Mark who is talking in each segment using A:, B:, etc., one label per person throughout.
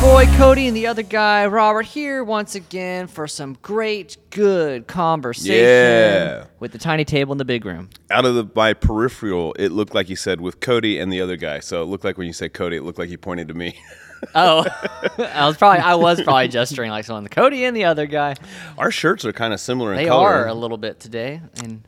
A: boy Cody and the other guy Robert here once again for some great, good conversation
B: Yeah.
A: with the tiny table in the big room.
B: Out of the, my peripheral, it looked like you said with Cody and the other guy. So it looked like when you said Cody, it looked like you pointed to me.
A: Oh, I was probably I was probably gesturing like someone, Cody and the other guy.
B: Our shirts are kind of similar in
A: They
B: color.
A: are a little bit today, and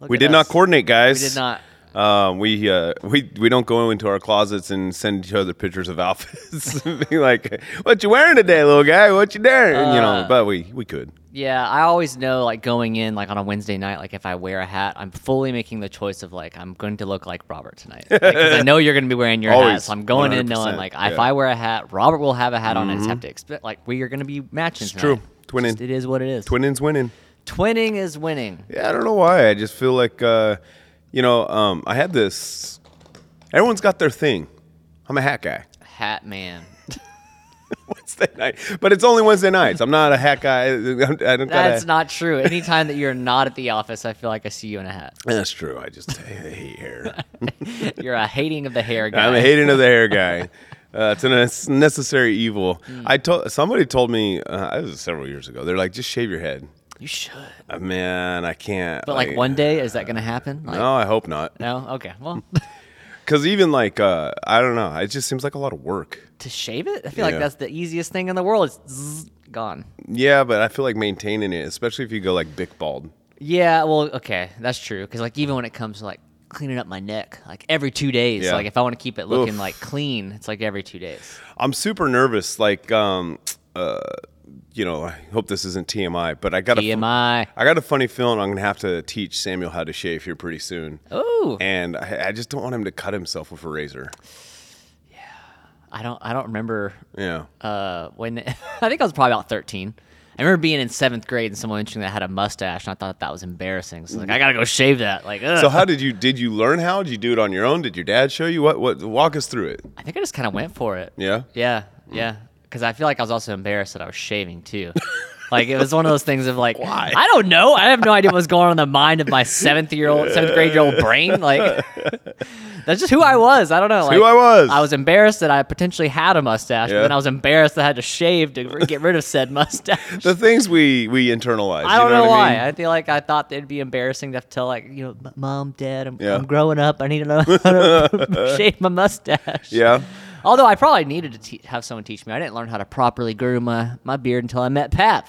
A: look
B: we
A: at
B: did not
A: us.
B: coordinate, guys.
A: We did not.
B: Um, we uh, we we don't go into our closets and send each other pictures of outfits. Be like, "What you wearing today, little guy? What you doing?" you
A: Uh.
B: know, but we we could.
A: Yeah, I always know like going in like on a Wednesday night, like if I wear a hat, I'm fully making the choice of like I'm going to look like Robert tonight because I know you're going to be wearing your hat.
B: Always,
A: So I'm going in knowing
B: 100%,
A: like if
B: yeah. Mm-hmm.
A: I wear a hat, Robert will have a hat on. I just have to expect like we are going to be matching. It's
B: true. Twinning.
A: Just, it is what it is.
B: Twinning's winning.
A: Twinning is winning.
B: Yeah, I don't know why. I just feel like, uh, you know, um, I had this. Everyone's got their thing. I'm a hat guy.
A: Hat man.
B: Wednesday night, but it's only Wednesday nights. I'm not a hat guy. I don't. gotta-
A: That's not true. Anytime that you're not at the office, I feel like I see you in a hat.
B: That's true. I just I hate hair.
A: You're a hating of the hair guy.
B: I'm a hating of the hair guy. Uh, it's a nes- necessary evil.
A: Hmm.
B: I told somebody told me uh, this was several years ago. They're like, just shave your head.
A: You should.
B: Uh, man, I can't.
A: But like one day, is that going to happen? Like,
B: No, I hope not.
A: No. Okay. Well,
B: Because even like, uh, I don't know. It just seems like a lot of work.
A: to shave it, I feel like
B: Yeah.
A: that's the easiest thing in the world. It's zzz, gone.
B: Yeah, but I feel like maintaining it, especially if you go like big bald.
A: Yeah. Well, okay, that's true. Because like even when it comes to like cleaning up my neck, like every two days,
B: Yeah.
A: like if I want to keep it looking
B: Oof.
A: like clean, it's like every two days.
B: I'm super nervous. Like, um, uh, you know, I hope this isn't TMI, but I got
A: E
B: a
A: TMI.
B: I got a funny feeling I'm gonna have to teach Samuel how to shave here pretty soon.
A: Oh,
B: And I, I just don't want him to cut himself with a razor.
A: I don't. I don't remember.
B: Yeah.
A: Uh, when I think I was probably about thirteen. I remember being in seventh grade and someone mentioned that I had a mustache, and I thought that was embarrassing. So like, I gotta go shave that. Like, ugh.
B: Mm. So how did you did you learn how? Did you do it on your own? Did your dad show you? What what walk us through it?
A: I think I just kind of went for it.
B: Yeah.
A: Yeah, yeah. Because I feel like I was also embarrassed that I was shaving too. like it was one of those things of like,
B: Why?
A: I don't know. I have no idea what's going on in the mind of my seventh year old, seventh grade year old brain. Like that's just who I was. I don't know. Like,
B: who I was.
A: I was embarrassed that I potentially had a mustache, but
B: Yeah.
A: then I was embarrassed that I had to shave to r- get rid of said mustache.
B: The things we we internalize.
A: I don't
B: you know,
A: know,
B: what
A: why.
B: I
A: I,
B: mean?
A: feel like I thought it'd be embarrassing to have to tell like you know, "M- mom, dad, I'm,
B: Yeah.
A: I'm growing up. I need to know how to shave my mustache.
B: Yeah.
A: Although I probably needed to te- have someone teach me. I didn't learn how to properly grow my, my beard until I met Pav.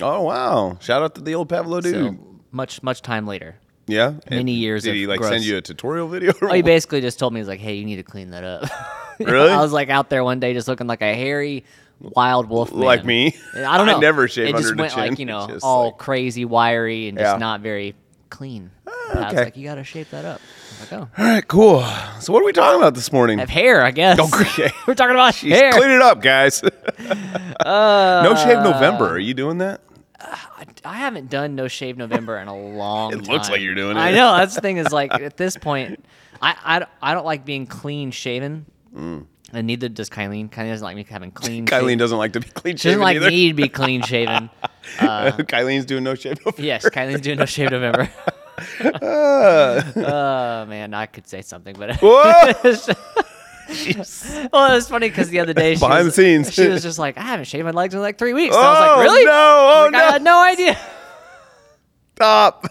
B: Oh wow! Shout out to the old Pavlo dude.
A: So much much time later.
B: yeah.
A: many
B: And
A: years
B: Did
A: of
B: he like
A: gross.
B: send you a tutorial video?
A: Oh, he basically just told me he's like, "Hey, you need to clean that up."
B: Really?
A: I was like out there one day just looking like a hairy wild wolf. man.
B: Like me?
A: And I don't
B: I
A: know.
B: never shave
A: It just
B: under the
A: went
B: chin.
A: like you know
B: Just
A: all
B: like-
A: crazy, wiry, and just
B: Yeah. Ah,
A: not very clean. I was
B: okay.
A: like, "You gotta shape that up." I was like, oh,
B: All right, cool. So what are we talking about this morning?
A: I have hair, I guess.
B: Okay.
A: We're talking about
B: Jeez,
A: hair.
B: Clean it up, guys. no shave
A: Uh,
B: November. Are you doing that?
A: I haven't done No Shave November in a long time.
B: It looks like you're doing
A: I
B: it.
A: know. That's the thing is like at this point, I, I, don't- I don't like being clean shaven. And neither does Kylie. Kylie doesn't like me having clean
B: Mm. Kylie
A: shaven-
B: doesn't like to be clean
A: She doesn't
B: shaven
A: like
B: either.
A: me to be clean shaven.
B: Kylie's doing no shave. November.
A: yes, Kylie's doing No Shave November. Oh, man. I could say something, but.
B: Whoa!
A: well, it was funny because the other day she
B: Behind
A: was,
B: the scenes.
A: she was just like, I haven't shaved my legs in like three weeks. So I was like,
B: Oh,
A: really?
B: no.
A: I was
B: Oh,
A: like, I
B: no.
A: had no idea.
B: Stop.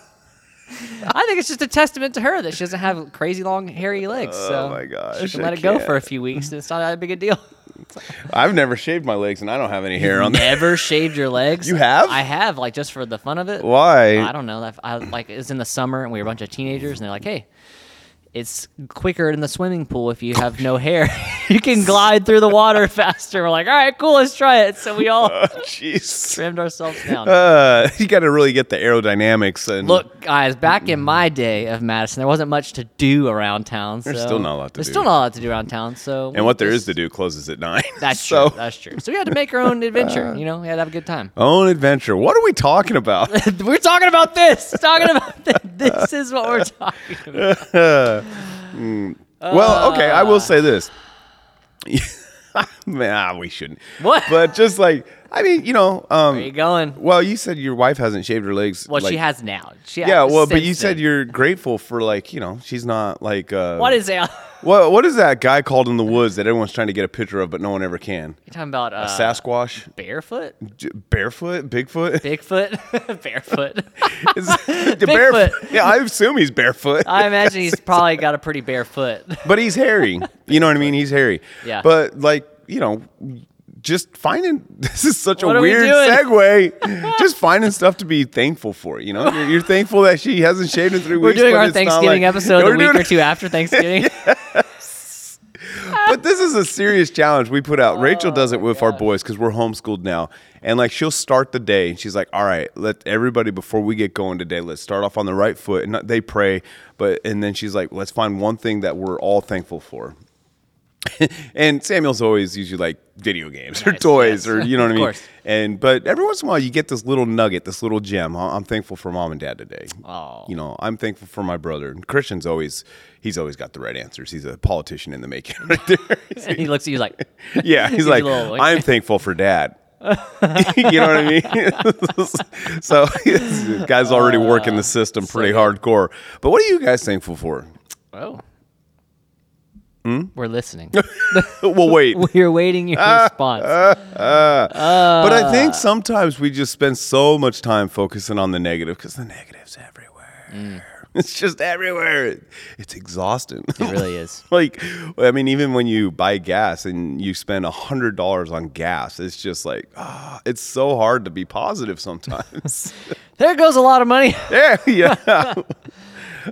A: I think it's just a testament to her that she doesn't have crazy long hairy legs. So
B: Oh my gosh,
A: she can
B: I
A: let it go
B: can't.
A: for a few weeks. And it's not that big a deal.
B: I've never shaved my legs, and I don't have any hair on them.
A: Never shaved your legs?
B: You have?
A: I have, like just for the fun of it.
B: Why?
A: I don't know. I, I like it was in the summer and we were a bunch of teenagers and they're like, hey. It's quicker in the swimming pool if you have no hair. you can glide through the water faster. We're like, all right, cool, let's try it. So we all
B: Jeez.
A: trimmed ourselves down.
B: Uh, you got to really get the aerodynamics and
A: Look, guys, back in my day of Madison, there wasn't much to do around town.
B: There's
A: so-
B: still not a lot to
A: There's
B: do.
A: still not a lot to do around town. So
B: and what there is to do closes at nine.
A: That's
B: so Uh.
A: true. That's true. So we had to make our own adventure. you know, we had to have a good time.
B: own adventure. What are we talking about?
A: we're talking about this. Talking about this. This is what we're talking about.
B: well, okay, I will say this. nah, we shouldn't.
A: Uh. What?
B: But just like I mean, you know, um,
A: Where you going?
B: well, you said your wife hasn't shaved her legs.
A: Well,
B: like-
A: she has now. She
B: Yeah, well, but you
A: since
B: said
A: then.
B: you're grateful for like you know she's not like uh,
A: What is that?
B: What what is that guy called in the woods that everyone's trying to get a picture of but no one ever can?
A: You're talking about uh,
B: Sasquatch,
A: barefoot,
B: J- barefoot, Bigfoot.
A: Bigfoot, barefoot.
B: Is- barefoot. Yeah, I assume he's barefoot.
A: I imagine he's probably got a pretty bare foot.
B: but he's hairy. You know what I mean? He's hairy.
A: Yeah.
B: But like, you know, just finding this is such
A: What
B: a
A: are we
B: weird
A: doing?
B: segue. just finding stuff to be thankful for. You know, you're, you're thankful that she hasn't shaved in three
A: We're
B: weeks.
A: doing
B: but
A: our
B: it's not
A: Thanksgiving
B: like-
A: episode
B: We're
A: a week
B: doing-
A: or two after Thanksgiving.
B: But this is a serious challenge we put out.
A: Oh,
B: Rachel does it with our boys because we're homeschooled now. And like she'll start the day and she's like, All right, let everybody before we get going today, let's start off on the right foot. And uh, they pray, but and then she's like, Let's find one thing that we're all thankful for. and Samuel's always usually like video games or
A: Nice,
B: toys
A: yes.
B: or you know what I
A: Of
B: mean.
A: course.
B: And but every once in a while you get this little nugget, this little gem. I- I'm thankful for mom and dad today.
A: Aw.
B: You know, I'm thankful for my brother. And Christian's always he's always got the right answers. He's a politician in the making right there.
A: and he looks at you like,
B: Yeah, he's
A: He's
B: like,
A: a little like-
B: I'm thankful for dad. you know what I mean? so, this guy's already working the system pretty hardcore. But what are you guys thankful for?
A: oh. We're listening.
B: well, wait.
A: We're waiting your response.
B: but I think sometimes we just spend so much time focusing on the negative because the negative's everywhere. It's just everywhere. It's exhausting.
A: it really is.
B: like i mean even when you buy gas and you spend a hundred dollars on gas it's just like ah, it's so hard to be positive sometimes
A: There goes a lot of money.
B: yeah yeah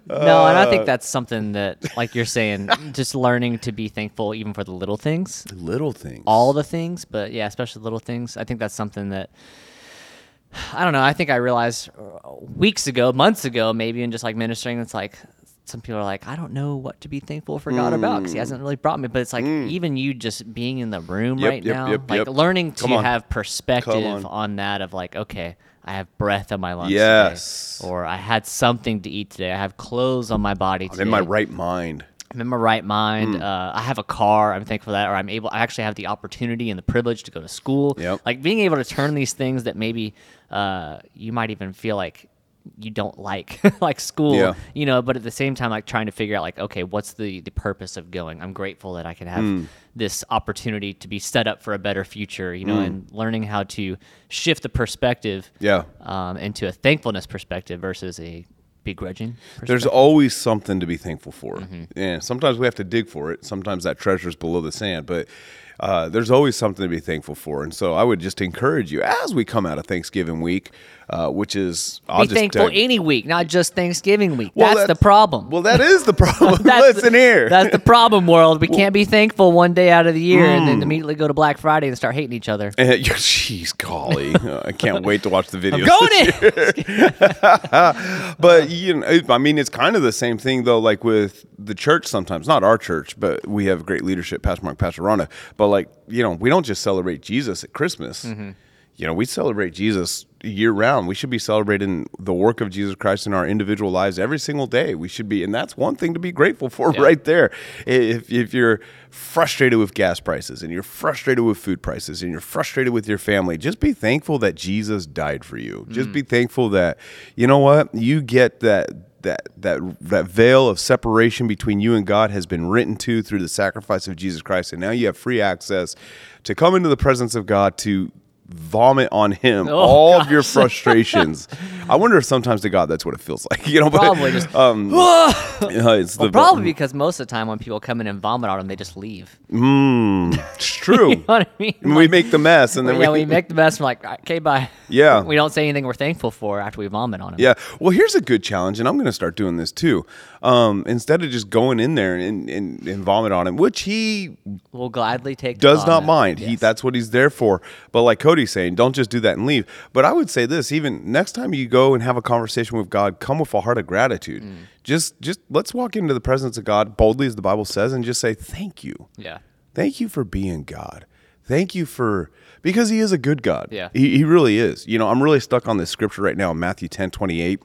A: No, and I think that's something that, like you're saying, just learning to be thankful even for the little things,
B: little things
A: all the things, but yeah, especially the little things. I think that's something that I don't know. I think I realized uh, weeks ago, months ago, maybe, and just like ministering, it's like some people are like, I don't know what to be thankful for God about
B: Mm.
A: because He hasn't really brought me. But it's like even you just being in the room
B: Yep,
A: right
B: yep,
A: now,
B: yep,
A: like
B: yep.
A: learning to
B: Come on.
A: have perspective
B: on.
A: on. that of like, okay, I have breath on my lungs. today,
B: Yes.
A: or I had something to eat today. I have clothes on my body today.
B: i'm in my right mind
A: I'm in my right mind.
B: Hmm.
A: Uh, I have a car. I'm thankful for that, or I'm able. I actually have the opportunity and the privilege to go to school.
B: Yep.
A: Like being able to turn these things that maybe uh, you might even feel like you don't like, like school.
B: Yeah.
A: You know, but at the same time, like trying to figure out, like, okay, what's the the purpose of going? I'm grateful that I can have
B: Hmm.
A: this opportunity to be set up for a better future. You know,
B: Hmm.
A: and learning how to shift the perspective.
B: Yeah.
A: Um, into a thankfulness perspective versus a begrudging. Perspective. Mm-hmm.
B: there's always something to be thankful for and sometimes we have to dig for it sometimes that treasure's below the sand but uh, there's always something to be thankful for and so i would just encourage you as we come out of thanksgiving week uh, which is i'll
A: be
B: just
A: thankful
B: tell-
A: any week, not just Thanksgiving week.
B: Well,
A: that's, the problem.
B: well that is the problem
A: That's
B: listen
A: the,
B: here
A: That's the problem, world. We can't be thankful one day out of the year and
B: Hmm.
A: then immediately go to Black Friday and start hating each other.
B: Uh, yeah, Jeez, golly, Uh, I can't wait to watch the video.
A: Going in.
B: But you know, it- I mean, it's kind of the same thing though. Like with the church, sometimes not our church, but we have great leadership, Pastor Mark, Pastor Rana. But like you know, we don't just celebrate Jesus at Christmas. You know, we celebrate Jesus year round. We should be celebrating the work of Jesus Christ in our individual lives every single day. We should be, and that's one thing to be grateful for,
A: Yeah.
B: right? right there. If, if you're frustrated with gas prices and you're frustrated with food prices and you're frustrated with your family, just be thankful that Jesus died for you. Just
A: Mm.
B: be thankful that you know what you get that. That, that that veil of separation between you and God has been written to through the sacrifice of Jesus Christ, and now you have free access to come into the presence of God to vomit on Him
A: Oh,
B: all of your frustrations. I wonder if sometimes to God that's what it feels like, you know? but,
A: Probably just-
B: um, yeah, it's the
A: Probably because most of the time when people come in and vomit on them, they just leave. You
B: It's true.
A: know what I mean?
B: And we make the mess, and then
A: yeah,
B: we,
A: we make the best. We're like, okay, bye.
B: Yeah.
A: We don't say anything we're thankful for after we vomit on them.
B: yeah. Well, here's a good challenge, and I'm going to start doing this too. Um, instead of just going in there and, and and vomit on him, which he
A: We'll gladly take. the
B: does not
A: vomit.
B: mind. He
A: Yes.
B: that's what he's there for. But like Cody's saying, don't just do that and leave. But I would say this: even next time you go and have a conversation with God, come with a heart of gratitude.
A: Mm.
B: Just just let's walk into the presence of God boldly, as the Bible says, and just say thank you.
A: Yeah.
B: Thank you for being God. Thank you for because he is a good God.
A: Yeah.
B: He, he really is. You know, I'm really stuck on this scripture right now in Matthew 10, 28,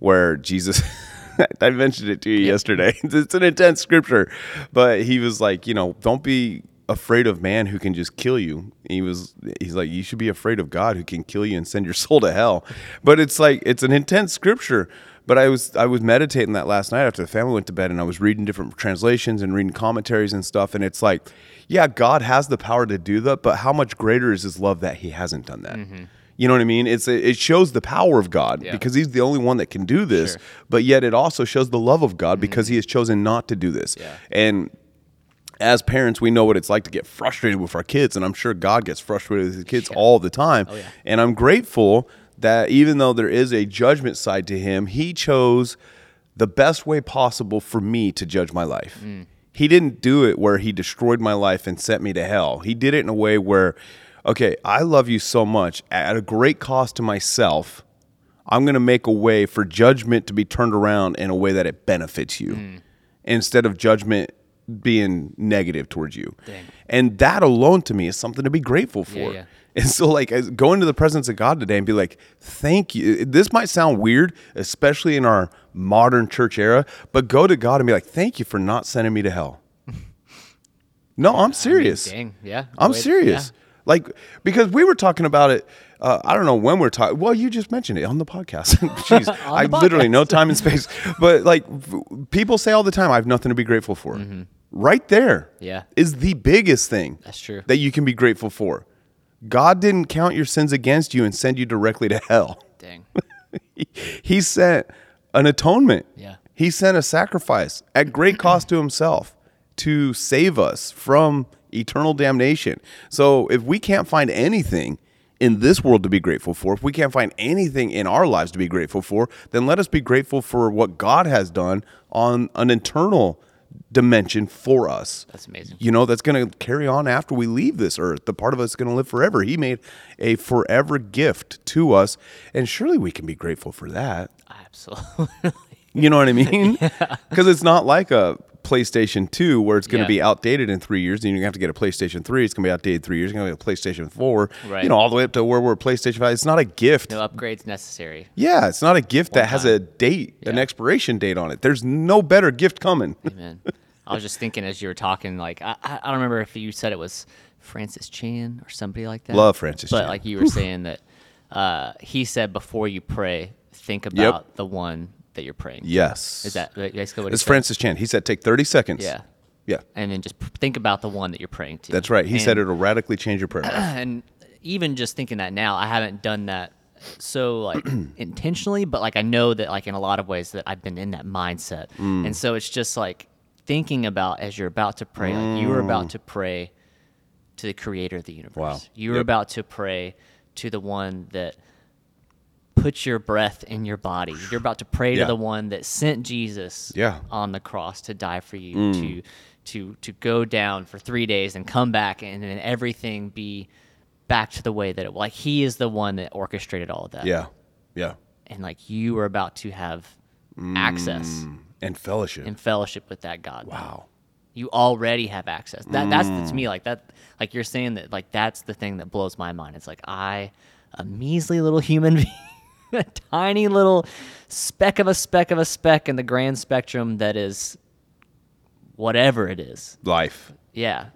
B: where Jesus I mentioned it to you yesterday. It's an intense scripture. But he was like, you know, don't be afraid of man who can just kill you. He was he's like you should be afraid of God who can kill you and send your soul to hell. But it's like it's an intense scripture. But I was I was meditating that last night after the family went to bed and I was reading different translations and reading commentaries and stuff and it's like yeah, God has the power to do that, but how much greater is his love that he hasn't done that? You know what I mean? It's it shows the power of God because he's the only one that can do this, but yet it also shows the love of God because he has chosen not to do this.
A: Yeah.
B: And as parents, we know what it's like to get frustrated with our kids, and I'm sure God gets frustrated with his kids all the time. And I'm grateful that even though there is a judgment side to him, he chose the best way possible for me to judge my life. He didn't do it where he destroyed my life and sent me to hell. He did it in a way where, okay, I love you so much at a great cost to myself. I'm going to make a way for judgment to be turned around in a way that it benefits you
A: Mm.
B: instead of judgment being negative towards you. And that alone to me is something to be grateful for.
A: yeah.
B: And so, like, as go into the presence of God today and be like, thank you. This might sound weird, especially in our modern church era, but go to God and be like, thank you for not sending me to hell. No, I'm serious.
A: Dang, yeah.
B: I'm
A: Wait,
B: serious. Like because we were talking about it. Uh, I don't know when we're talking. Well, you just mentioned it on the podcast. Jeez, I literally no time and space. But like v- people say all the time, I have nothing to be grateful for. Right there,
A: Mm-hmm. Yeah.
B: is the biggest thing.
A: That's true.
B: That you can be grateful for. God didn't count your sins against you and send you directly to hell.
A: yeah. Dang.
B: He- he sent an atonement.
A: Yeah.
B: He sent a sacrifice at great cost to himself to save us from eternal damnation. So if we can't find anything in this world to be grateful for, if we can't find anything in our lives to be grateful for, then let us be grateful for what God has done on an internal dimension for us.
A: That's amazing.
B: You know, that's going to carry on after we leave this earth. The part of us is going to live forever. He made a forever gift to us, and surely we can be grateful for that.
A: Absolutely.
B: You know what I mean? Because it's not like a PlayStation 2 where it's going to
A: Yeah.
B: be outdated in three years. Then you're going to have to get a PlayStation 3. It's going to be outdated three years. It's going to be a PlayStation 4.
A: Right.
B: You know, all the way up to where we're PlayStation 5. It's not a gift.
A: No upgrades necessary.
B: Yeah, it's not a gift that has a date, an
A: Yeah.
B: expiration date on it. There's no better gift coming.
A: Amen. I was just thinking as you were talking, like I, I I don't remember if you said it was Francis Chan or somebody like that.
B: Love Francis
A: but
B: Chan.
A: like you were saying that uh, he said before you pray, think about the one that you're praying. to.
B: Yes.
A: Is that basically what he
B: It's
A: said?
B: Francis Chan. He said, take 30 seconds.
A: Yeah.
B: Yeah.
A: And then just p- think about the one that you're praying to.
B: That's right. He said
A: And-
B: it'll radically change your prayer life.
A: and even just thinking that now i haven't done that so like intentionally but like i know that like in a lot of ways that i've been in that mindset
B: Mm.
A: and so it's just like thinking about as you're about to pray like you were about to pray to the creator of the universe
B: Mm. Wow.
A: you were
B: Yep.
A: about to pray to the one that put your breath in your body you're about to pray
B: Yeah.
A: to the one that sent jesus
B: Yeah.
A: on the cross to die for you
B: Mm.
A: to to to go down for three days and come back and then everything be back to the way that it like he is the one that orchestrated all of that
B: Yeah. Yeah.
A: and like you are about to have access
B: And fellowship.
A: and fellowship with that god
B: Mm. wow.
A: you already have access that that's to
B: Mm.
A: me like that like you're saying that like that's the thing that blows my mind it's like i a measly little human being a tiny little speck of a speck of a speck in the grand spectrum that is whatever it is
B: Life
A: yeah,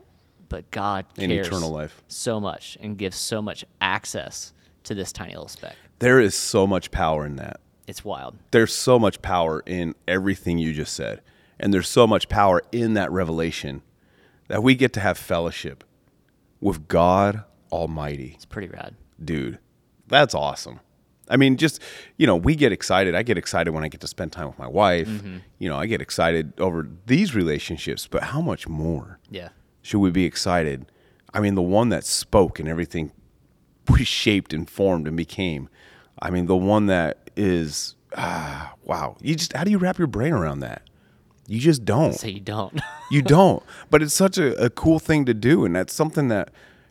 A: but God
B: and
A: cares
B: eternal life.
A: so much and gives so much access to this tiny little speck.
B: There is so much power in that.
A: It's wild.
B: There's so much power in everything you just said. And there's so much power in that revelation that we get to have fellowship with God Almighty.
A: It's pretty rad.
B: dude, that's awesome. I mean, just you know, we get excited. I get excited when I get to spend time with my wife.
A: Mm-hmm.
B: You know, I get excited over these relationships, but how much more
A: Yeah.
B: should we be excited? I mean, the one that spoke and everything we shaped and formed and became. I mean, the one that is ah, wow. You just how do you wrap your brain around that? You just don't.
A: So you don't.
B: You don't. But it's such a, a cool thing to do. And that's something that,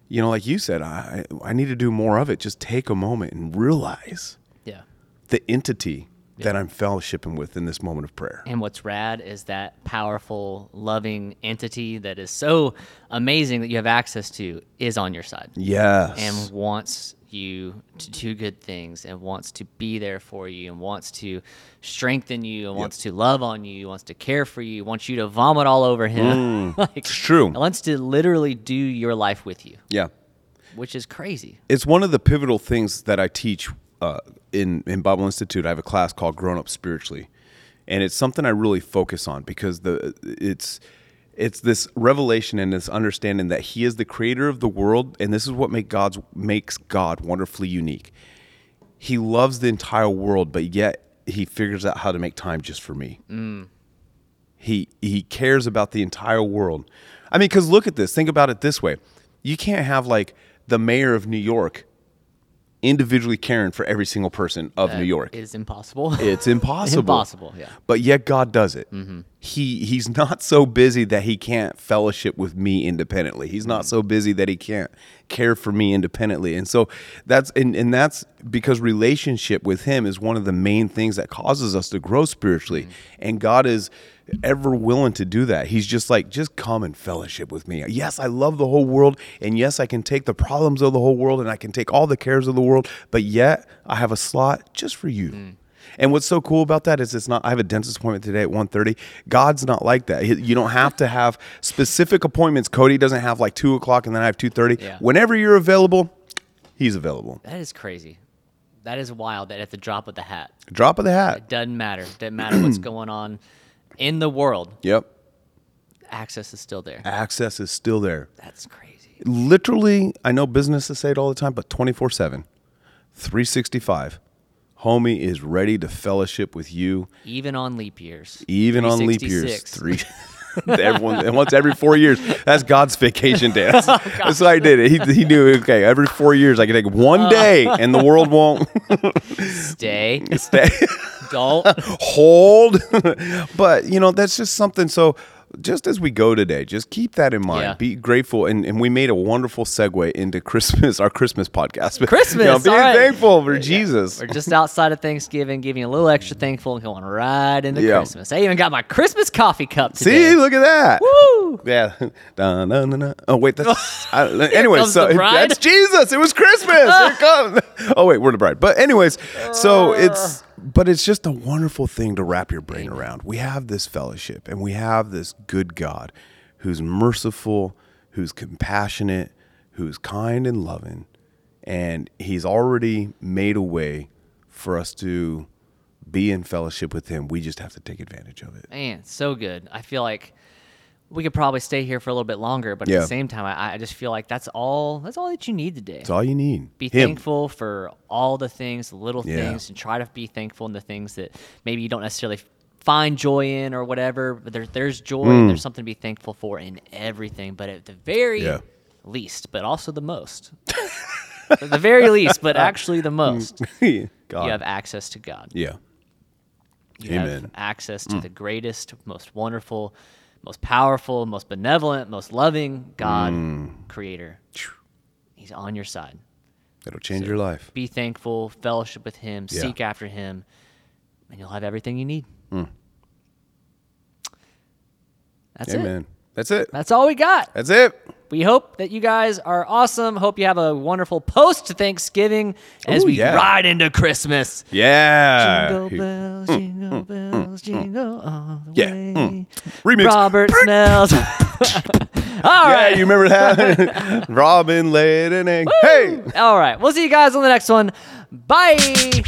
B: you know, like you said, I, I need to do more of it. Just take a moment and realize
A: yeah.
B: the entity that I'm fellowshipping with in this moment of prayer.
A: And what's rad is that powerful, loving entity that is so amazing that you have access to is on your side
B: Yes.
A: and wants you to do good things and wants to be there for you and wants to strengthen you and wants to love on you, wants to care for you, wants you to vomit all over him. like,
B: Mm. it's true.
A: and wants to literally do your life with you,
B: Yeah.
A: which is crazy.
B: It's one of the pivotal things that I teach uh, in in Bible Institute. I have a class called Grown Up Spiritually, and it's something I really focus on because the it's it's this revelation and this understanding that He is the Creator of the world, and this is what make God's makes God wonderfully unique. He loves the entire world, but yet He figures out how to make time just for me. He he cares about the entire world. I mean, because look at this. Think about it this way: you can't have like the mayor of New York individually caring for every single person of New York.
A: It is impossible.
B: it's impossible.
A: impossible, yeah. Mm-hmm.
B: But yet God does it. He he's not so busy that he can't fellowship with me independently. He's
A: Mm-hmm.
B: not so busy that he can't care for me independently. And so that's and, and that's because relationship with him is one of the main things that causes us to grow spiritually.
A: Mm-hmm.
B: And God is ever willing to do that. He's just like, just come and fellowship with me. Yes, I love the whole world. And yes, I can take the problems of the whole world and I can take all the cares of the world. But yet I have a slot just for you.
A: Mm.
B: And what's so cool about that is it's not. I have a dentist appointment today at 1.30. God's not like that. He- You don't have to have specific appointments. Cody doesn't have like two o'clock and then I have two thirty.
A: Yeah.
B: Whenever you're available, he's available.
A: That is crazy. That is wild that at the drop of the hat,
B: Drop of the hat.
A: doesn't matter. Doesn't matter what's going on in the world,
B: Yep.
A: access is still there.
B: Access is still there.
A: That's crazy.
B: Literally, I know businesses say it all the time, but 24 7, 365. Homie is ready to fellowship with you,
A: Even on leap years.
B: even on leap years.
A: 366.
B: Three. Everyone and once every four years. That's God's vacation day. That's,
A: Oh,
B: that's how I did it. He, he knew okay. Every four years, I can take
A: Oh.
B: one day, and the world won't
A: Stay.
B: stay.
A: Don't.
B: hold. but you know, that's just something. So just as we go today, just keep that in mind.
A: Yeah.
B: Be grateful, and, and we made a wonderful segue into Christmas, our Christmas podcast. But,
A: Christmas,
B: you know, being
A: all right.
B: thankful for Jesus.
A: We're just outside of Thanksgiving, giving you a little extra thankful and going right into
B: Yeah.
A: Christmas. I even got my Christmas coffee cup
B: See,
A: today.
B: look at that.
A: Woo!
B: Yeah. Dun, dun, dun, dun. Oh wait, that's I, anyway.
A: comes
B: So
A: the bride.
B: that's Jesus. It was Christmas. Here it comes. Oh wait, we're the bride. But anyways, so
A: Ah.
B: it's but it's just a wonderful thing to wrap your brain around. We have this fellowship, and we have this good God, who's merciful, who's compassionate, who's kind and loving, and He's already made a way for us to be in fellowship with Him. We just have to take advantage of it.
A: Man, so good. I feel like we could probably stay here for a little bit longer, but at
B: Yeah.
A: the same time, I, I just feel like that's all. That's all that you need today.
B: It's all you need.
A: be
B: Him.
A: thankful for all the things, the little
B: Yeah.
A: things, and try to be thankful in the things that maybe you don't necessarily find joy in or whatever. But there, there's joy
B: Mm.
A: and there's something to be thankful for in everything. But at the very
B: Yeah.
A: least, but also the most, at the very least, but actually the most,
B: Mm. God.
A: you have access to God.
B: Yeah.
A: You have
B: Amen. Mm.
A: access to the greatest, most wonderful, most powerful, most benevolent, most loving God,
B: Mm.
A: Creator. He's on your side.
B: It'll change your life.
A: be thankful, fellowship with Him,
B: Yeah.
A: seek after Him, and you'll have everything you need.
B: Hmm.
A: That's it.
B: Amen. That's it.
A: That's all we got.
B: That's it.
A: We hope that you guys are awesome. Hope you have a wonderful post Thanksgiving as
B: Ooh,
A: we
B: yeah. Uh,
A: ride into Christmas.
B: Yeah.
A: Jingle
B: Hmm,
A: bells, jingle bells, jingle all the
B: Yeah. hmm.
A: way.
B: Remix.
A: Robert smells. all
B: Yeah,
A: right.
B: you remember that? Robin laid an egg. Hey.
A: All right. We'll see you guys on the next one. Bye.